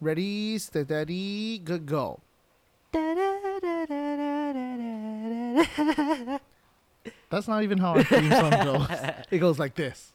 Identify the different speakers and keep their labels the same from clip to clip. Speaker 1: Ready, steady, go, go. That's not even how our theme song goes. It goes like this.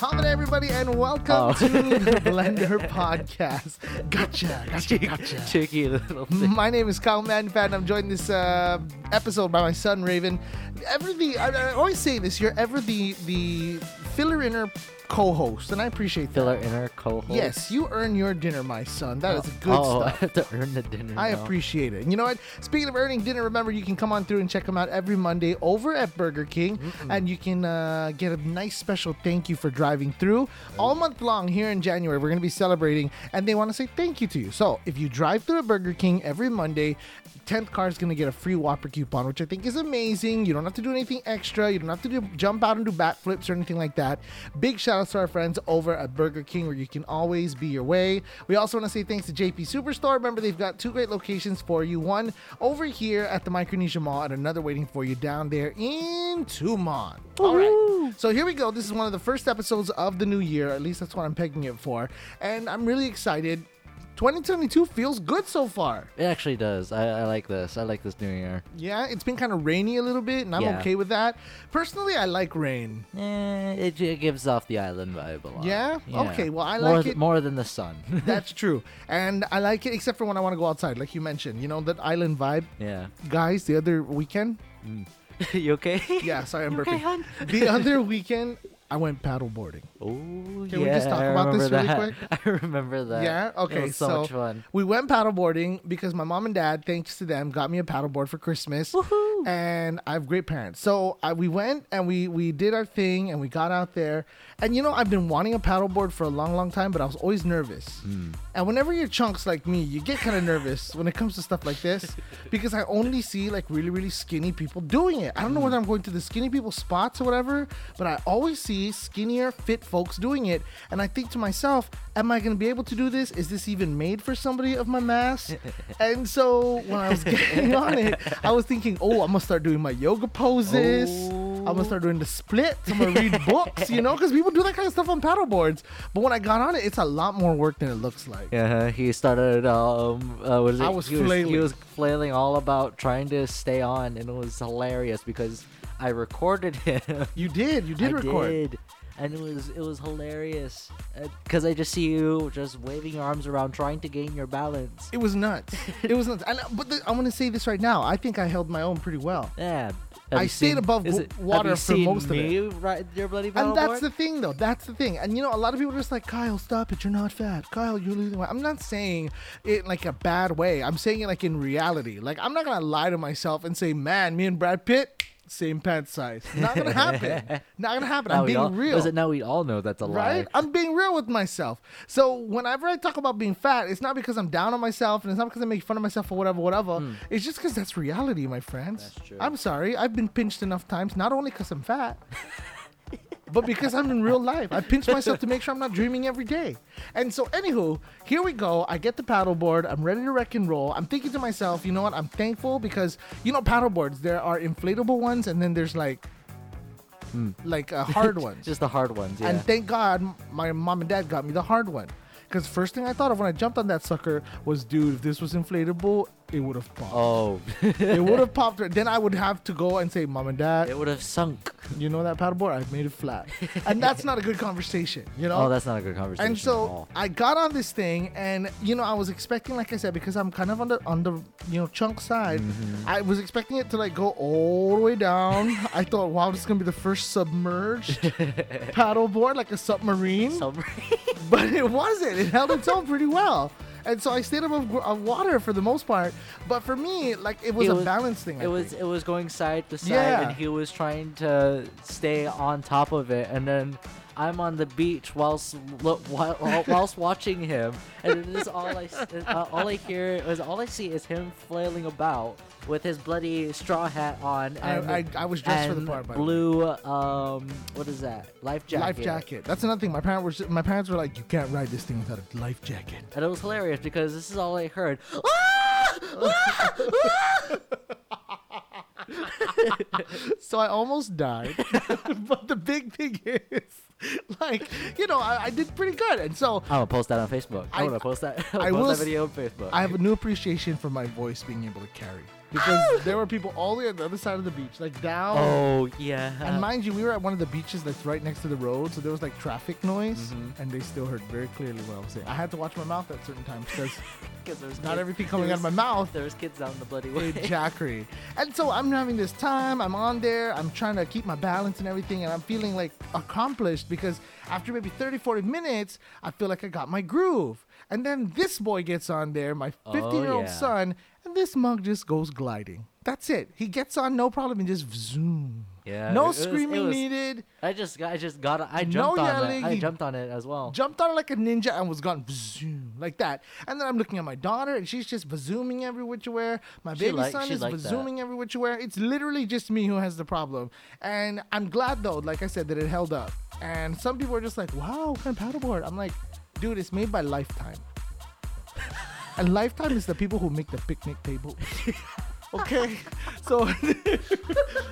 Speaker 1: Hello, everybody, and welcome
Speaker 2: Oh.
Speaker 1: to the Blender Podcast. Gotcha, gotcha, gotcha.
Speaker 2: Cheeky little thing.
Speaker 1: My name is Kyle Manfat, and I'm joined this uh, episode by my son Raven. Ever the I, I always say this, you're ever the the filler inner co-host, and I appreciate that.
Speaker 2: Fill our inner cohort.
Speaker 1: Yes, you earn your dinner, my son. That is good
Speaker 2: oh, I
Speaker 1: stuff.
Speaker 2: have to earn the dinner.
Speaker 1: I
Speaker 2: now.
Speaker 1: appreciate it. And you know what? Speaking of earning dinner, remember you can come on through and check them out every Monday over at Burger King, and you can uh, get a nice special thank you for driving through. All month long here in January, we're going to be celebrating, and they want to say thank you to you. So if you drive through a Burger King every Monday, 10th car is going to get a free Whopper coupon, which I think is amazing. You don't have to do anything extra. You don't have to do, jump out and do bat flips or anything like that. Big shout outs to our friends over at Burger King, where you can always be your way. We also want to say thanks to JP Superstore. Remember, they've got two great locations for you one over here at the Micronesia Mall, and another waiting for you down there in Tumon. All right. So here we go. This is one of the first episodes of the new year. At least that's what I'm pegging it for. And I'm really excited. 2022 feels good so far.
Speaker 2: It actually does. I, I like this. I like this new year.
Speaker 1: Yeah, it's been kind of rainy a little bit, and I'm
Speaker 2: Yeah.
Speaker 1: okay with that. Personally, I like rain.
Speaker 2: Eh, it, it gives off the island vibe a lot.
Speaker 1: Yeah? Okay, well, I
Speaker 2: more
Speaker 1: like
Speaker 2: th-
Speaker 1: it-
Speaker 2: more than the sun.
Speaker 1: That's true. And I like it, except for when I want to go outside, like you mentioned. You know, that island vibe.
Speaker 2: yeah.
Speaker 1: Guys, the other weekend.
Speaker 2: you okay?
Speaker 1: Yeah, sorry, I'm
Speaker 2: You okay,
Speaker 1: burping.
Speaker 2: hon?
Speaker 1: The other weekend, I went paddleboarding.
Speaker 2: Oh, Can yeah.
Speaker 1: we just talk
Speaker 2: I
Speaker 1: about this
Speaker 2: remember
Speaker 1: really
Speaker 2: that. I remember that.
Speaker 1: Yeah.
Speaker 2: It
Speaker 1: Okay.
Speaker 2: was so, much fun.
Speaker 1: we went paddleboarding because my mom and dad, thanks to them, got me a paddleboard for Christmas.
Speaker 2: Woohoo.
Speaker 1: And I have great parents, so I, we went and we we did our thing and we got out there. And you know, I've been wanting a paddleboard for a long, long time, but I was always nervous.
Speaker 2: Hmm.
Speaker 1: And whenever you're chunks like me, you get kind of nervous when it comes to stuff like this because I only see like really, really skinny people doing it. I don't know whether I'm going to the skinny people spots or whatever, but I always see skinnier, fit folks doing it. And I think to myself, am I going to be able to do this? Is this even made for somebody of my mass? and so when I was getting on it, I was thinking, oh, I'm going to start doing my yoga poses. I'm
Speaker 2: Oh.
Speaker 1: gonna start doing the splits. I'm gonna read books, you know, because people do that kind of stuff on paddle boards. But when I got on it, it's a lot more work than it looks like.
Speaker 2: Yeah, huh, Uh-huh, he started. Um, uh, what is it?
Speaker 1: I was
Speaker 2: he Was, he
Speaker 1: flailing.
Speaker 2: was flailing all about trying to stay on, and it was hilarious because I recorded him.
Speaker 1: You did. You did
Speaker 2: I
Speaker 1: record.
Speaker 2: did, and it was it was hilarious because I just see you just waving your arms around, trying to gain your balance.
Speaker 1: It was nuts. it was nuts. And, uh, but the, I'm going to say this right now. I think I held my own pretty well.
Speaker 2: Yeah.
Speaker 1: I stayed above
Speaker 2: is
Speaker 1: wa-
Speaker 2: it-
Speaker 1: water
Speaker 2: have you
Speaker 1: for
Speaker 2: seen
Speaker 1: most of it.
Speaker 2: me Right, your bloody
Speaker 1: And that's
Speaker 2: paddleboard?
Speaker 1: the thing, though. That's the thing. And you know, a lot of people are just like, Kyle, stop it. You're not fat. Kyle, you're losing weight. I'm not saying it like a bad way. I'm saying it like in reality. Like, I'm not going to lie to myself and say, man, me and Brad Pitt, same pants size. Not going to happen. not going to happen.
Speaker 2: Now
Speaker 1: I'm
Speaker 2: we
Speaker 1: being
Speaker 2: all,
Speaker 1: real.
Speaker 2: Is it now we all know that's a lie?
Speaker 1: Right? I'm being real with myself. So whenever I talk about being fat, it's not because I'm down on myself and it's not because I make fun of myself or whatever, whatever. It's just because that's reality, my friends.
Speaker 2: Hmm. That's true.
Speaker 1: I'm sorry. I've been pinched enough times, not only because I'm fat. But because I'm in real life, I pinch myself to make sure I'm not dreaming every day. And so, anywho, here we go. I get the paddleboard. I'm ready to wreck and roll. I'm thinking to myself, you know what? I'm thankful because you know paddleboards. There are inflatable ones, and then there's like,
Speaker 2: Hmm.
Speaker 1: like uh, hard ones.
Speaker 2: Just the hard ones. Yeah.
Speaker 1: And thank God my mom and dad got me the hard one. Because first thing I thought of when I jumped on that sucker was, dude, if this was inflatable, it would have popped.
Speaker 2: oh,
Speaker 1: It would have popped. right- Then I would have to go and say, mom and dad,
Speaker 2: it would have sunk.
Speaker 1: you know that paddleboard? I've made it flat. and that's not a good conversation, you know?
Speaker 2: Oh, that's not a good conversation
Speaker 1: and
Speaker 2: at all.
Speaker 1: so I got on this thing, and you know, I was expecting, like I said, because I'm kind of on the on the you know chunk side.
Speaker 2: Mm-hmm.
Speaker 1: I was expecting it to like go all the way down. I thought, wow, this is gonna be the first submerged paddleboard, like a submarine.
Speaker 2: Some-
Speaker 1: but it wasn't. It held its own pretty well. And so I stayed above gr- uh, water for the most part. But for me, like it was
Speaker 2: It
Speaker 1: a
Speaker 2: was-
Speaker 1: balance thing. I
Speaker 2: it was
Speaker 1: think.
Speaker 2: it was going side to side,
Speaker 1: Yeah.
Speaker 2: and he was trying to stay on top of it, and then I'm on the beach whilst lo- while, whilst watching him, and it is all I s- uh, all I hear is all I see is him flailing about with his bloody straw hat on.
Speaker 1: I-
Speaker 2: And,
Speaker 1: I- I was dressed for the
Speaker 2: and
Speaker 1: part, by the way.
Speaker 2: blue. Um, what is that? Life jacket.
Speaker 1: Life jacket. That's another thing. My parents were my parents were like, you can't ride this thing without a life jacket.
Speaker 2: And it was hilarious because this is all I heard. Ah! Ah!
Speaker 1: So I almost died. but the big thing is, like, you know, I, I did pretty good. And so
Speaker 2: I'm gonna post that on Facebook. I'm
Speaker 1: I-
Speaker 2: gonna post that.
Speaker 1: I
Speaker 2: post
Speaker 1: will
Speaker 2: that
Speaker 1: s-
Speaker 2: video on Facebook.
Speaker 1: I have a new appreciation for my voice being able to carry. Because there were people all the way on the other side of the beach, like down.
Speaker 2: oh yeah.
Speaker 1: And mind you, we were at one of the beaches that's right next to the road, so there was like traffic noise,
Speaker 2: Mm-hmm.
Speaker 1: and they still heard very clearly what I was saying. I had to watch my mouth at certain times because
Speaker 2: Because there's
Speaker 1: not
Speaker 2: kids-
Speaker 1: everything coming out of my
Speaker 2: there's-
Speaker 1: mouth.
Speaker 2: There's kids down the bloody way.
Speaker 1: Exactly. And so I'm having this time. I'm on there. I'm trying to keep my balance and everything. And I'm feeling like accomplished because after maybe 30, 40 minutes, I feel like I got my groove. And then this boy gets on there, my 15 year old
Speaker 2: Oh, yeah.
Speaker 1: son, and this mug just goes gliding. That's it. He gets on, no problem, and just zoom.
Speaker 2: Yeah, it
Speaker 1: No
Speaker 2: was- it
Speaker 1: screaming
Speaker 2: was-
Speaker 1: needed.
Speaker 2: I just got, I just got, I
Speaker 1: No
Speaker 2: jumped on
Speaker 1: yelling,
Speaker 2: it. I
Speaker 1: he-
Speaker 2: jumped on it as well.
Speaker 1: jumped on it like a ninja and was gone zoom like that. And then I'm looking at my daughter and she's just zooming every which way. My
Speaker 2: She
Speaker 1: baby
Speaker 2: like-
Speaker 1: son
Speaker 2: she
Speaker 1: is
Speaker 2: like that.
Speaker 1: zooming every which way. It's literally just me who has the problem. And I'm glad though, like I said, that it held up. And some people are just like, "Wow, what kind of paddleboard?" I'm like, "Dude, it's made by Lifetime." and Lifetime is the people who make the picnic table. Okay, so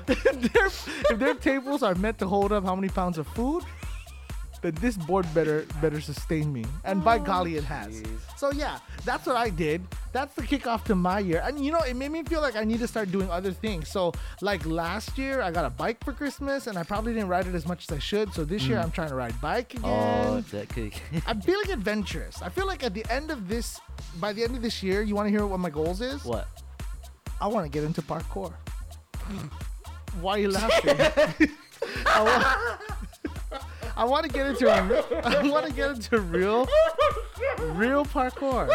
Speaker 1: if their, if their tables are meant to hold up how many pounds of food, then this board better better sustain me. And by golly, it has.
Speaker 2: Oh, jeez.
Speaker 1: So yeah, that's what I did. That's the kickoff to my year. And you know, it made me feel like I need to start doing other things. So like last year, I got a bike for Christmas, and I probably didn't ride it as much as I should. So this year, I'm trying to ride bike again.
Speaker 2: Mm. Oh, that could.
Speaker 1: I'm feeling adventurous. I feel like at the end of this, by the end of this year, you want to hear what my goals is?
Speaker 2: what?
Speaker 1: I want to get into parkour. Why are you laughing? I, wa- I want to get into re- I want to get into real real parkour.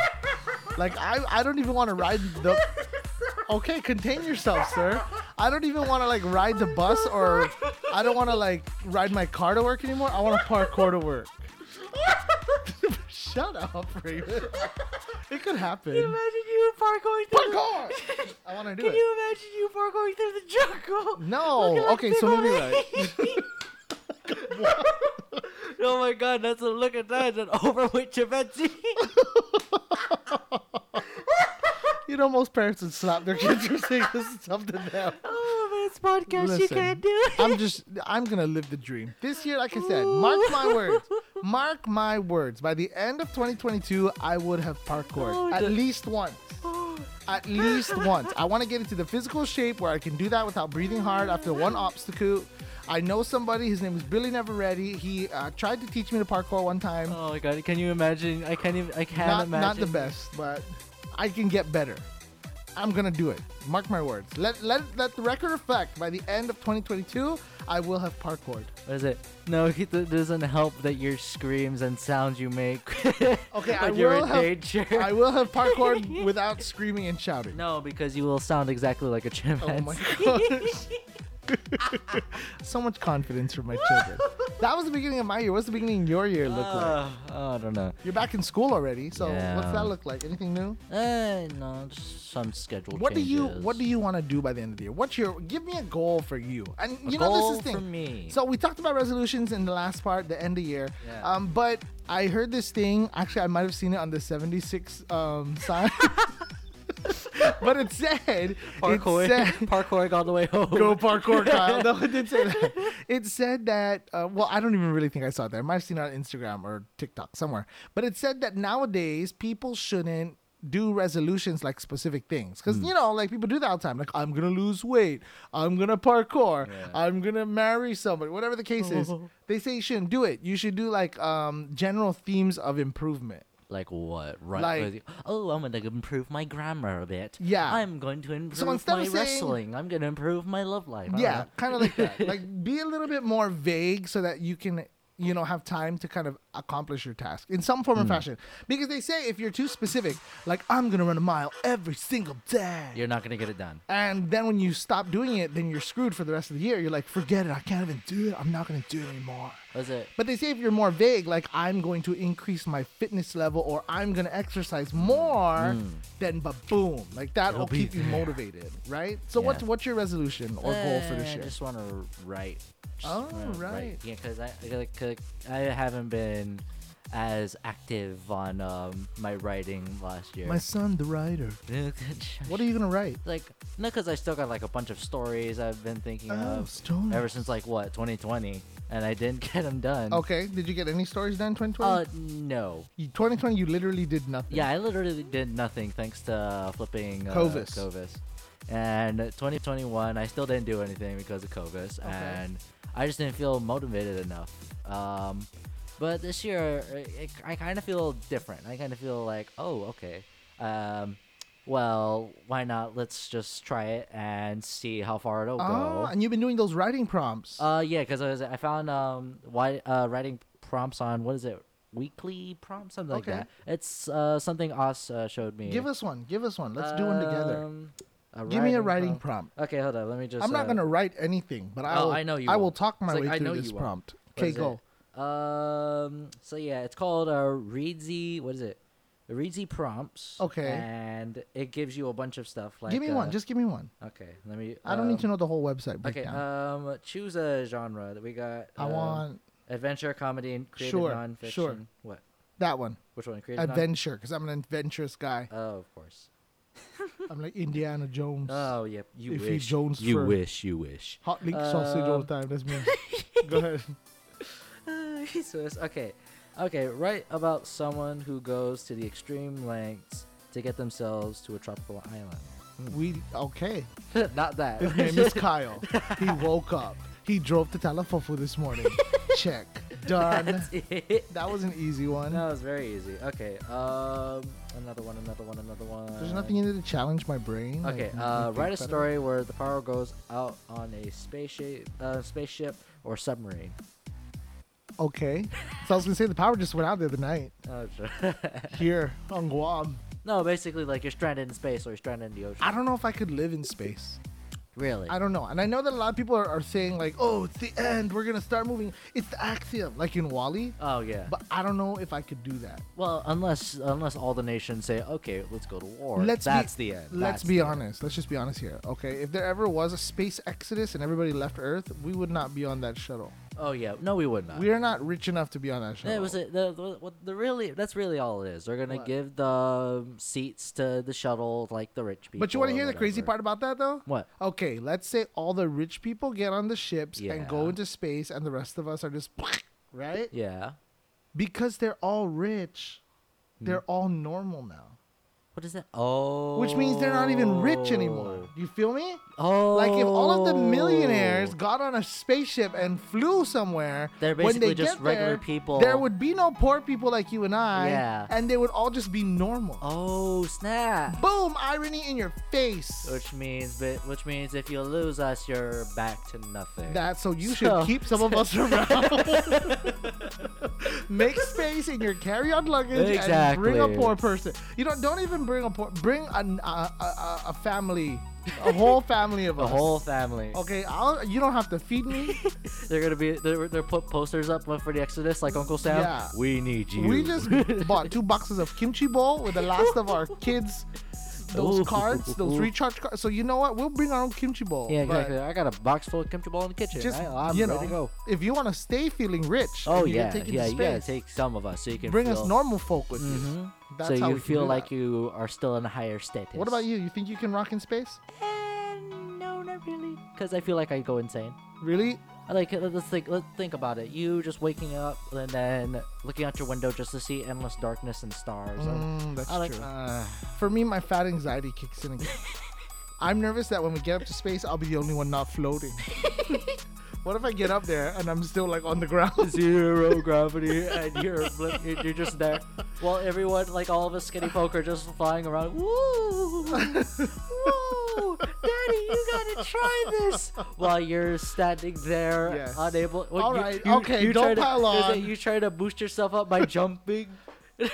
Speaker 1: Like I I don't even want to ride the Okay, contain yourself, sir. I don't even want to like ride the bus or I don't want to like ride my car to work anymore. I want to parkour to work. Shut up, Raven. It could happen.
Speaker 2: Imagine you parkouring through.
Speaker 1: Parkour. I want to do
Speaker 2: Can
Speaker 1: it.
Speaker 2: you imagine you parkouring through the jungle?
Speaker 1: No.
Speaker 2: Looking like
Speaker 1: okay, so
Speaker 2: Big
Speaker 1: maybe
Speaker 2: Ole?
Speaker 1: like
Speaker 2: Oh my God, that's a look at that. An overweight chimpanzee.
Speaker 1: you know, most parents would slap their kids for saying this stuff to them.
Speaker 2: oh, this podcast you
Speaker 1: Listen,
Speaker 2: can't do. It.
Speaker 1: I'm just, I'm gonna live the dream this year. Like I said, mark my words, mark my words. By the end of 2022, I would have parkoured
Speaker 2: Oh,
Speaker 1: at
Speaker 2: the-
Speaker 1: least once. At least once. I want to get into the physical shape where I can do that without breathing hard after one obstacle. I know somebody. His name is Billy Never Ready. He uh, tried to teach me to parkour one time.
Speaker 2: Oh my God, can you imagine? I can't even. I can't
Speaker 1: not,
Speaker 2: imagine.
Speaker 1: not the best, but I can get better. I'm gonna do it. Mark my words. Let let let the record reflect. By the end of 2022, I will have parkoured.
Speaker 2: What is it? No, it th- doesn't help that your screams and sounds you make.
Speaker 1: Okay, I
Speaker 2: when you're
Speaker 1: will
Speaker 2: in
Speaker 1: have-
Speaker 2: danger.
Speaker 1: I will have parkoured without screaming and shouting.
Speaker 2: No, because you will sound exactly like a chimpanzee.
Speaker 1: Oh my gosh. so much confidence from my children. That was the beginning of my year. What's the beginning of your year look like?
Speaker 2: Uh, I don't know.
Speaker 1: You're back in school already, so what's
Speaker 2: Yeah.
Speaker 1: that look like? Anything new?
Speaker 2: Uh, no, just some schedule
Speaker 1: What
Speaker 2: changes.
Speaker 1: do you What do you want to do by the end of the year? What's your Give me a goal for you. And you know
Speaker 2: goal
Speaker 1: this is the
Speaker 2: for
Speaker 1: thing.
Speaker 2: me.
Speaker 1: So we talked about resolutions in the last part, the end of year.
Speaker 2: Yeah.
Speaker 1: Um, but I heard this thing. Actually, I might have seen it on the seventy six um sign. but it said
Speaker 2: parkour?
Speaker 1: It said,
Speaker 2: parkouring all the way home.
Speaker 1: uh, Go parkour, Kyle. No, it did say that. It said that. Uh, well, I don't even really think I saw it there. I might have seen it on Instagram or TikTok somewhere. But it said that nowadays people shouldn't do resolutions like specific things because you know like people do that all the time like i'm gonna lose weight i'm gonna parkour i'm gonna marry somebody whatever the case is they say you shouldn't do it you should do like um general themes of improvement
Speaker 2: Like what? Right.
Speaker 1: Like-
Speaker 2: with- oh, I'm gonna improve my grammar a bit.
Speaker 1: Yeah.
Speaker 2: I'm going to improve
Speaker 1: instead
Speaker 2: my
Speaker 1: of saying-
Speaker 2: wrestling. I'm gonna improve my love life. I don't
Speaker 1: Yeah,
Speaker 2: know.
Speaker 1: kind of like that. like be a little bit more vague so that you can you know have time to kind of accomplish your task in some
Speaker 2: Mm.
Speaker 1: form or fashion because they say if you're too specific like i'm gonna run a mile every single day
Speaker 2: You're not gonna get it done.
Speaker 1: and then when you stop doing it then you're screwed for the rest of the year you're like forget it i can't even do it i'm not gonna do it anymore
Speaker 2: Was it?
Speaker 1: But they say if you're more vague, like I'm going to increase my fitness level or I'm going to exercise more, then but boom, like that
Speaker 2: Mm. It'll
Speaker 1: will
Speaker 2: be
Speaker 1: keep you
Speaker 2: there.
Speaker 1: motivated, right? So
Speaker 2: Yeah.
Speaker 1: what's what's your resolution or goal for this
Speaker 2: Eh,
Speaker 1: year?
Speaker 2: I just want to write. Just
Speaker 1: Oh,
Speaker 2: wanna
Speaker 1: right.
Speaker 2: Yeah, because I, I, 'cause I haven't been as active on um, my writing last year.
Speaker 1: My son, the writer. What are you going to write?
Speaker 2: like? No, because I still got like a bunch of stories I've been thinking
Speaker 1: Oh,
Speaker 2: of
Speaker 1: stories.
Speaker 2: Uh, ever since like what 2020, and I didn't get them done.
Speaker 1: Okay, did you get any stories done in 2020?
Speaker 2: Uh, no.
Speaker 1: You- 2020, you literally did nothing.
Speaker 2: Yeah, I literally did nothing thanks to flipping uh,
Speaker 1: Covis.
Speaker 2: And 2021, I still didn't do anything because of Covis,
Speaker 1: Okay.
Speaker 2: and I just didn't feel motivated enough. Um, but this year, i I I kind of feel different. I kind of feel like, oh, okay. Um, well, why not? Let's just try it and see how far it'll
Speaker 1: Ah,
Speaker 2: go.
Speaker 1: and you've been doing those writing prompts.
Speaker 2: Uh, yeah, because I, was- I found um why uh writing prompts on what is it weekly prompts something
Speaker 1: Okay.
Speaker 2: like that. It's uh something Oz uh, showed me.
Speaker 1: Give us one. Give us one. Let's do one together.
Speaker 2: Um, a
Speaker 1: Give me a writing
Speaker 2: prompt.
Speaker 1: prompt.
Speaker 2: Okay, hold on. Let me just.
Speaker 1: I'm not
Speaker 2: uh,
Speaker 1: gonna write anything, but I
Speaker 2: Oh,
Speaker 1: will,
Speaker 2: I know you
Speaker 1: I will
Speaker 2: won't.
Speaker 1: talk my
Speaker 2: It's
Speaker 1: way
Speaker 2: like, I
Speaker 1: through
Speaker 2: know
Speaker 1: this
Speaker 2: you won't.
Speaker 1: prompt.
Speaker 2: what
Speaker 1: Okay,
Speaker 2: is it?
Speaker 1: go.
Speaker 2: Um. So yeah, it's called uh, Readsy. What is it? Readsy prompts.
Speaker 1: Okay.
Speaker 2: And it gives you a bunch of stuff like.
Speaker 1: give me one.
Speaker 2: uh,
Speaker 1: Just give me one.
Speaker 2: Okay. Let me.
Speaker 1: I don't need
Speaker 2: um,
Speaker 1: to know the whole website
Speaker 2: Okay.
Speaker 1: breakdown.
Speaker 2: Um. Choose a genre that we got.
Speaker 1: I
Speaker 2: um,
Speaker 1: want
Speaker 2: adventure, comedy, and creative
Speaker 1: Sure,
Speaker 2: nonfiction.
Speaker 1: sure.
Speaker 2: What?
Speaker 1: that one.
Speaker 2: Which one? Creative non-
Speaker 1: Adventure, because I'm an adventurous guy.
Speaker 2: Oh, of course.
Speaker 1: I'm like Indiana Jones.
Speaker 2: Oh, yep. You
Speaker 1: If he
Speaker 2: wish.
Speaker 1: Jones
Speaker 2: you
Speaker 1: for-
Speaker 2: wish. You wish.
Speaker 1: Hot leek sausage all the
Speaker 2: um,
Speaker 1: time. That's me. go ahead.
Speaker 2: Uh, Jesus. Okay. Okay. Write about someone who goes to the extreme lengths to get themselves to a tropical island.
Speaker 1: We okay.
Speaker 2: Not that.
Speaker 1: His name is Kyle. He woke up. He drove to Talafofo this morning. Check. Done.
Speaker 2: That's it.
Speaker 1: that was an easy one.
Speaker 2: No, it's very easy. Okay. Um, another one. Another one. Another one.
Speaker 1: There's nothing in it to challenge my brain. like,
Speaker 2: Okay,
Speaker 1: make me
Speaker 2: uh,
Speaker 1: think
Speaker 2: write a
Speaker 1: better.
Speaker 2: story where the power goes out on a spaceship, uh, spaceship or submarine.
Speaker 1: Okay. So I was gonna say the power just went out the other night
Speaker 2: Oh, sure.
Speaker 1: here on Guam.
Speaker 2: no, basically like you're stranded in space or you're stranded in the ocean.
Speaker 1: I don't know if I could live in space.
Speaker 2: really.
Speaker 1: I don't know. And I know that a lot of people are, are saying like, "Oh, it's the end. We're gonna start moving. It's the axiom," like in Wally.
Speaker 2: oh yeah.
Speaker 1: But I don't know if I could do that.
Speaker 2: Well, unless unless all the nations say, okay, let's go to war.
Speaker 1: Let's be-
Speaker 2: that's the end.
Speaker 1: Let's
Speaker 2: That's
Speaker 1: be
Speaker 2: the end.
Speaker 1: honest. Let's just be honest here, okay? If there ever was a space exodus and everybody left Earth, we would not be on that shuttle.
Speaker 2: Oh yeah, no, we would not.
Speaker 1: We are not rich enough to be on that shuttle.
Speaker 2: That was it. The, the, what- the really that's really all it is. They're gonna
Speaker 1: What?
Speaker 2: give the um, seats to the shuttle like the rich people.
Speaker 1: But you want
Speaker 2: or
Speaker 1: to hear the crazy
Speaker 2: whatever.
Speaker 1: part about that though?
Speaker 2: What?
Speaker 1: Okay, let's say all the rich people get on the ships and go
Speaker 2: Yeah.
Speaker 1: into space, and the rest of us are just right
Speaker 2: Yeah.
Speaker 1: because they're all rich.
Speaker 2: Hmm.
Speaker 1: They're all normal now,
Speaker 2: What is that? Oh.
Speaker 1: which means they're not even rich anymore. You feel me?
Speaker 2: Oh.
Speaker 1: Like if all of the millionaires got on a spaceship and flew somewhere,
Speaker 2: They're
Speaker 1: when they
Speaker 2: basically just
Speaker 1: get
Speaker 2: regular
Speaker 1: there,
Speaker 2: people.
Speaker 1: There would be no poor people like you and I,
Speaker 2: Yeah.
Speaker 1: and they would all just be normal.
Speaker 2: Oh snap.
Speaker 1: Boom! Irony in your face.
Speaker 2: Which means, but which means, if you lose us, you're back to nothing.
Speaker 1: That so you should
Speaker 2: So-
Speaker 1: keep some of us around. Make space in your carry-on luggage and bring a
Speaker 2: Exactly.
Speaker 1: poor person. You don't don't even bring a poor. Bring an- a a, a, a family, a whole family of
Speaker 2: the
Speaker 1: us.
Speaker 2: whole family.
Speaker 1: Okay, I'll, you don't have to feed me.
Speaker 2: They're gonna be they're, they're put posters up for the Exodus like Uncle Sam.
Speaker 1: Yeah.
Speaker 2: We need you.
Speaker 1: We just bought two boxes of kimchi bowl with the last of our kids. Those
Speaker 2: Ooh.
Speaker 1: cards, those recharge cards. So you know what? We'll bring our own kimchi bowl.
Speaker 2: yeah,
Speaker 1: but
Speaker 2: exactly. I got a box full of kimchi ball in the kitchen.
Speaker 1: Just
Speaker 2: I, am
Speaker 1: you
Speaker 2: ready
Speaker 1: know,
Speaker 2: to go.
Speaker 1: if you want to stay feeling rich,
Speaker 2: Oh
Speaker 1: and you get
Speaker 2: yeah,
Speaker 1: taken
Speaker 2: yeah.
Speaker 1: to
Speaker 2: You gotta
Speaker 1: space,
Speaker 2: take some of us so you can
Speaker 1: bring
Speaker 2: feel, Mm-hmm.
Speaker 1: us normal folk with you. That's
Speaker 2: so
Speaker 1: how
Speaker 2: you
Speaker 1: we can
Speaker 2: feel
Speaker 1: do
Speaker 2: like
Speaker 1: that.
Speaker 2: you are still in a higher status.
Speaker 1: What about you? You think you can rock in space?
Speaker 2: Eh, no, not really. Because I feel like I go insane.
Speaker 1: Really?
Speaker 2: I Like let- let's think let's think about it. You just waking up and then looking out your window just to see endless darkness and stars.
Speaker 1: Mm, that's
Speaker 2: I like- Uh.
Speaker 1: true. For me, my fat anxiety kicks in again. I'm nervous that when we get up to space, I'll be the only one not floating. what if I get up there and I'm still like on the ground?
Speaker 2: zero gravity and you're flip- you're just there while everyone like all of us skinny folk are just flying around woo woo daddy you gotta try this while you're standing there
Speaker 1: Yes.
Speaker 2: unable well,
Speaker 1: All
Speaker 2: you-
Speaker 1: right,
Speaker 2: you-
Speaker 1: okay,
Speaker 2: you
Speaker 1: don't
Speaker 2: try to-
Speaker 1: pile
Speaker 2: is it
Speaker 1: on.
Speaker 2: you try to boost yourself up by jumping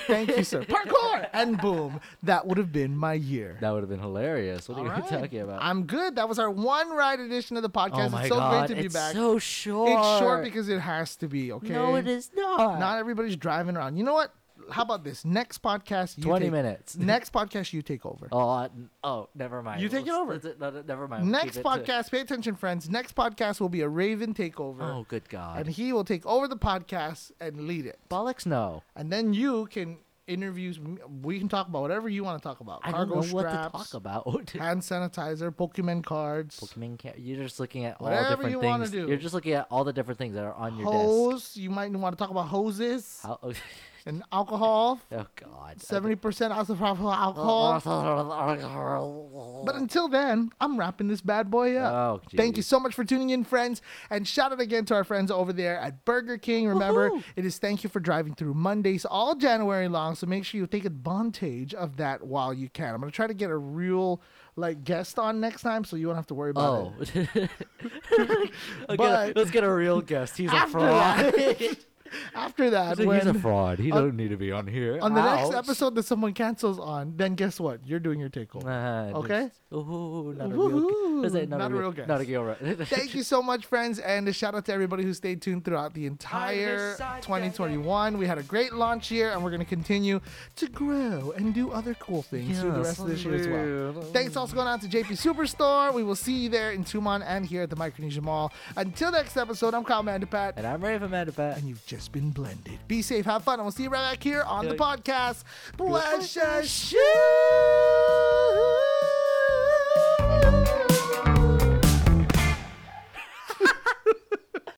Speaker 1: Thank you, sir. Parkour! And boom, that would have been my year.
Speaker 2: That would have been hilarious. What are you
Speaker 1: All right.
Speaker 2: talking about?
Speaker 1: I'm good. That was our one ride edition of the podcast.
Speaker 2: oh my
Speaker 1: it's so great
Speaker 2: god,
Speaker 1: to be
Speaker 2: it's
Speaker 1: back.
Speaker 2: so short.
Speaker 1: it's short because it has to be, okay?
Speaker 2: no, it is not.
Speaker 1: Not everybody's driving around. You know what? How about this? Next podcast, you
Speaker 2: 20
Speaker 1: take-
Speaker 2: minutes.
Speaker 1: Next podcast, you take over.
Speaker 2: Oh, I- oh, never mind.
Speaker 1: You take it
Speaker 2: Let's-
Speaker 1: over.
Speaker 2: let's- no, no, never mind. We'll
Speaker 1: Next
Speaker 2: keep it to-
Speaker 1: podcast, pay attention, friends. Next podcast will be a Raven takeover,
Speaker 2: oh, good god.
Speaker 1: and he will take over the podcast and lead it.
Speaker 2: Bollocks, no.
Speaker 1: And then you can interviews. We can talk about whatever you want to talk about.
Speaker 2: I don't
Speaker 1: Cargo
Speaker 2: know what to
Speaker 1: straps,
Speaker 2: talk about.
Speaker 1: hand sanitizer, Pokemon cards,
Speaker 2: Pokemon ca- You're just looking at all
Speaker 1: Whatever
Speaker 2: different
Speaker 1: you wanna
Speaker 2: things.
Speaker 1: do.
Speaker 2: You're just looking at all the different things that are on your desk.
Speaker 1: hose. You might want to talk about hoses
Speaker 2: How- oh,
Speaker 1: and alcohol.
Speaker 2: oh god.
Speaker 1: Seventy percent
Speaker 2: Oh,
Speaker 1: alcohol. But until then, I'm wrapping this bad boy up.
Speaker 2: Oh,
Speaker 1: Thank you
Speaker 2: geez.
Speaker 1: so much for tuning in, friends. And shout out again to our friends over there at Burger King. Remember,
Speaker 2: Woohoo!
Speaker 1: it is thank you for driving through Mondays all January long. So make sure you take advantage of that while you can. I'm going to try to get a real like guest on next time so you won't have to worry about
Speaker 2: Oh.
Speaker 1: it.
Speaker 2: Okay,
Speaker 1: But-
Speaker 2: let's get a real guest. He's a
Speaker 1: After
Speaker 2: fraud.
Speaker 1: that, after that
Speaker 2: He's a- he's a
Speaker 1: when,
Speaker 2: fraud. He don't need to be on here.
Speaker 1: on the next
Speaker 2: Ouch.
Speaker 1: episode that someone cancels on, then guess what? You're doing your takeover.
Speaker 2: Uh,
Speaker 1: Okay?
Speaker 2: just- Ooh, not a real
Speaker 1: Woohoo,
Speaker 2: gu- is it Not, a real
Speaker 1: guest.
Speaker 2: Not a real re-
Speaker 1: Thank you so much, friends, and a shout out to everybody who stayed tuned throughout the entire 2021. We had a great launch year, and we're going to continue to grow and do other cool things through the
Speaker 2: Yes,
Speaker 1: rest of this year as well.
Speaker 2: indeed.
Speaker 1: Thanks also going out to JP Superstore. We will see you there in Tumon and here at the Micronesia Mall. Until next episode, I'm Kyle Mandapat,
Speaker 2: and I'm Raven Madapat.
Speaker 1: and you've just been blended. Be safe, have fun, and we'll see you right back here on the
Speaker 2: Yeah.
Speaker 1: podcast. Bless shoot!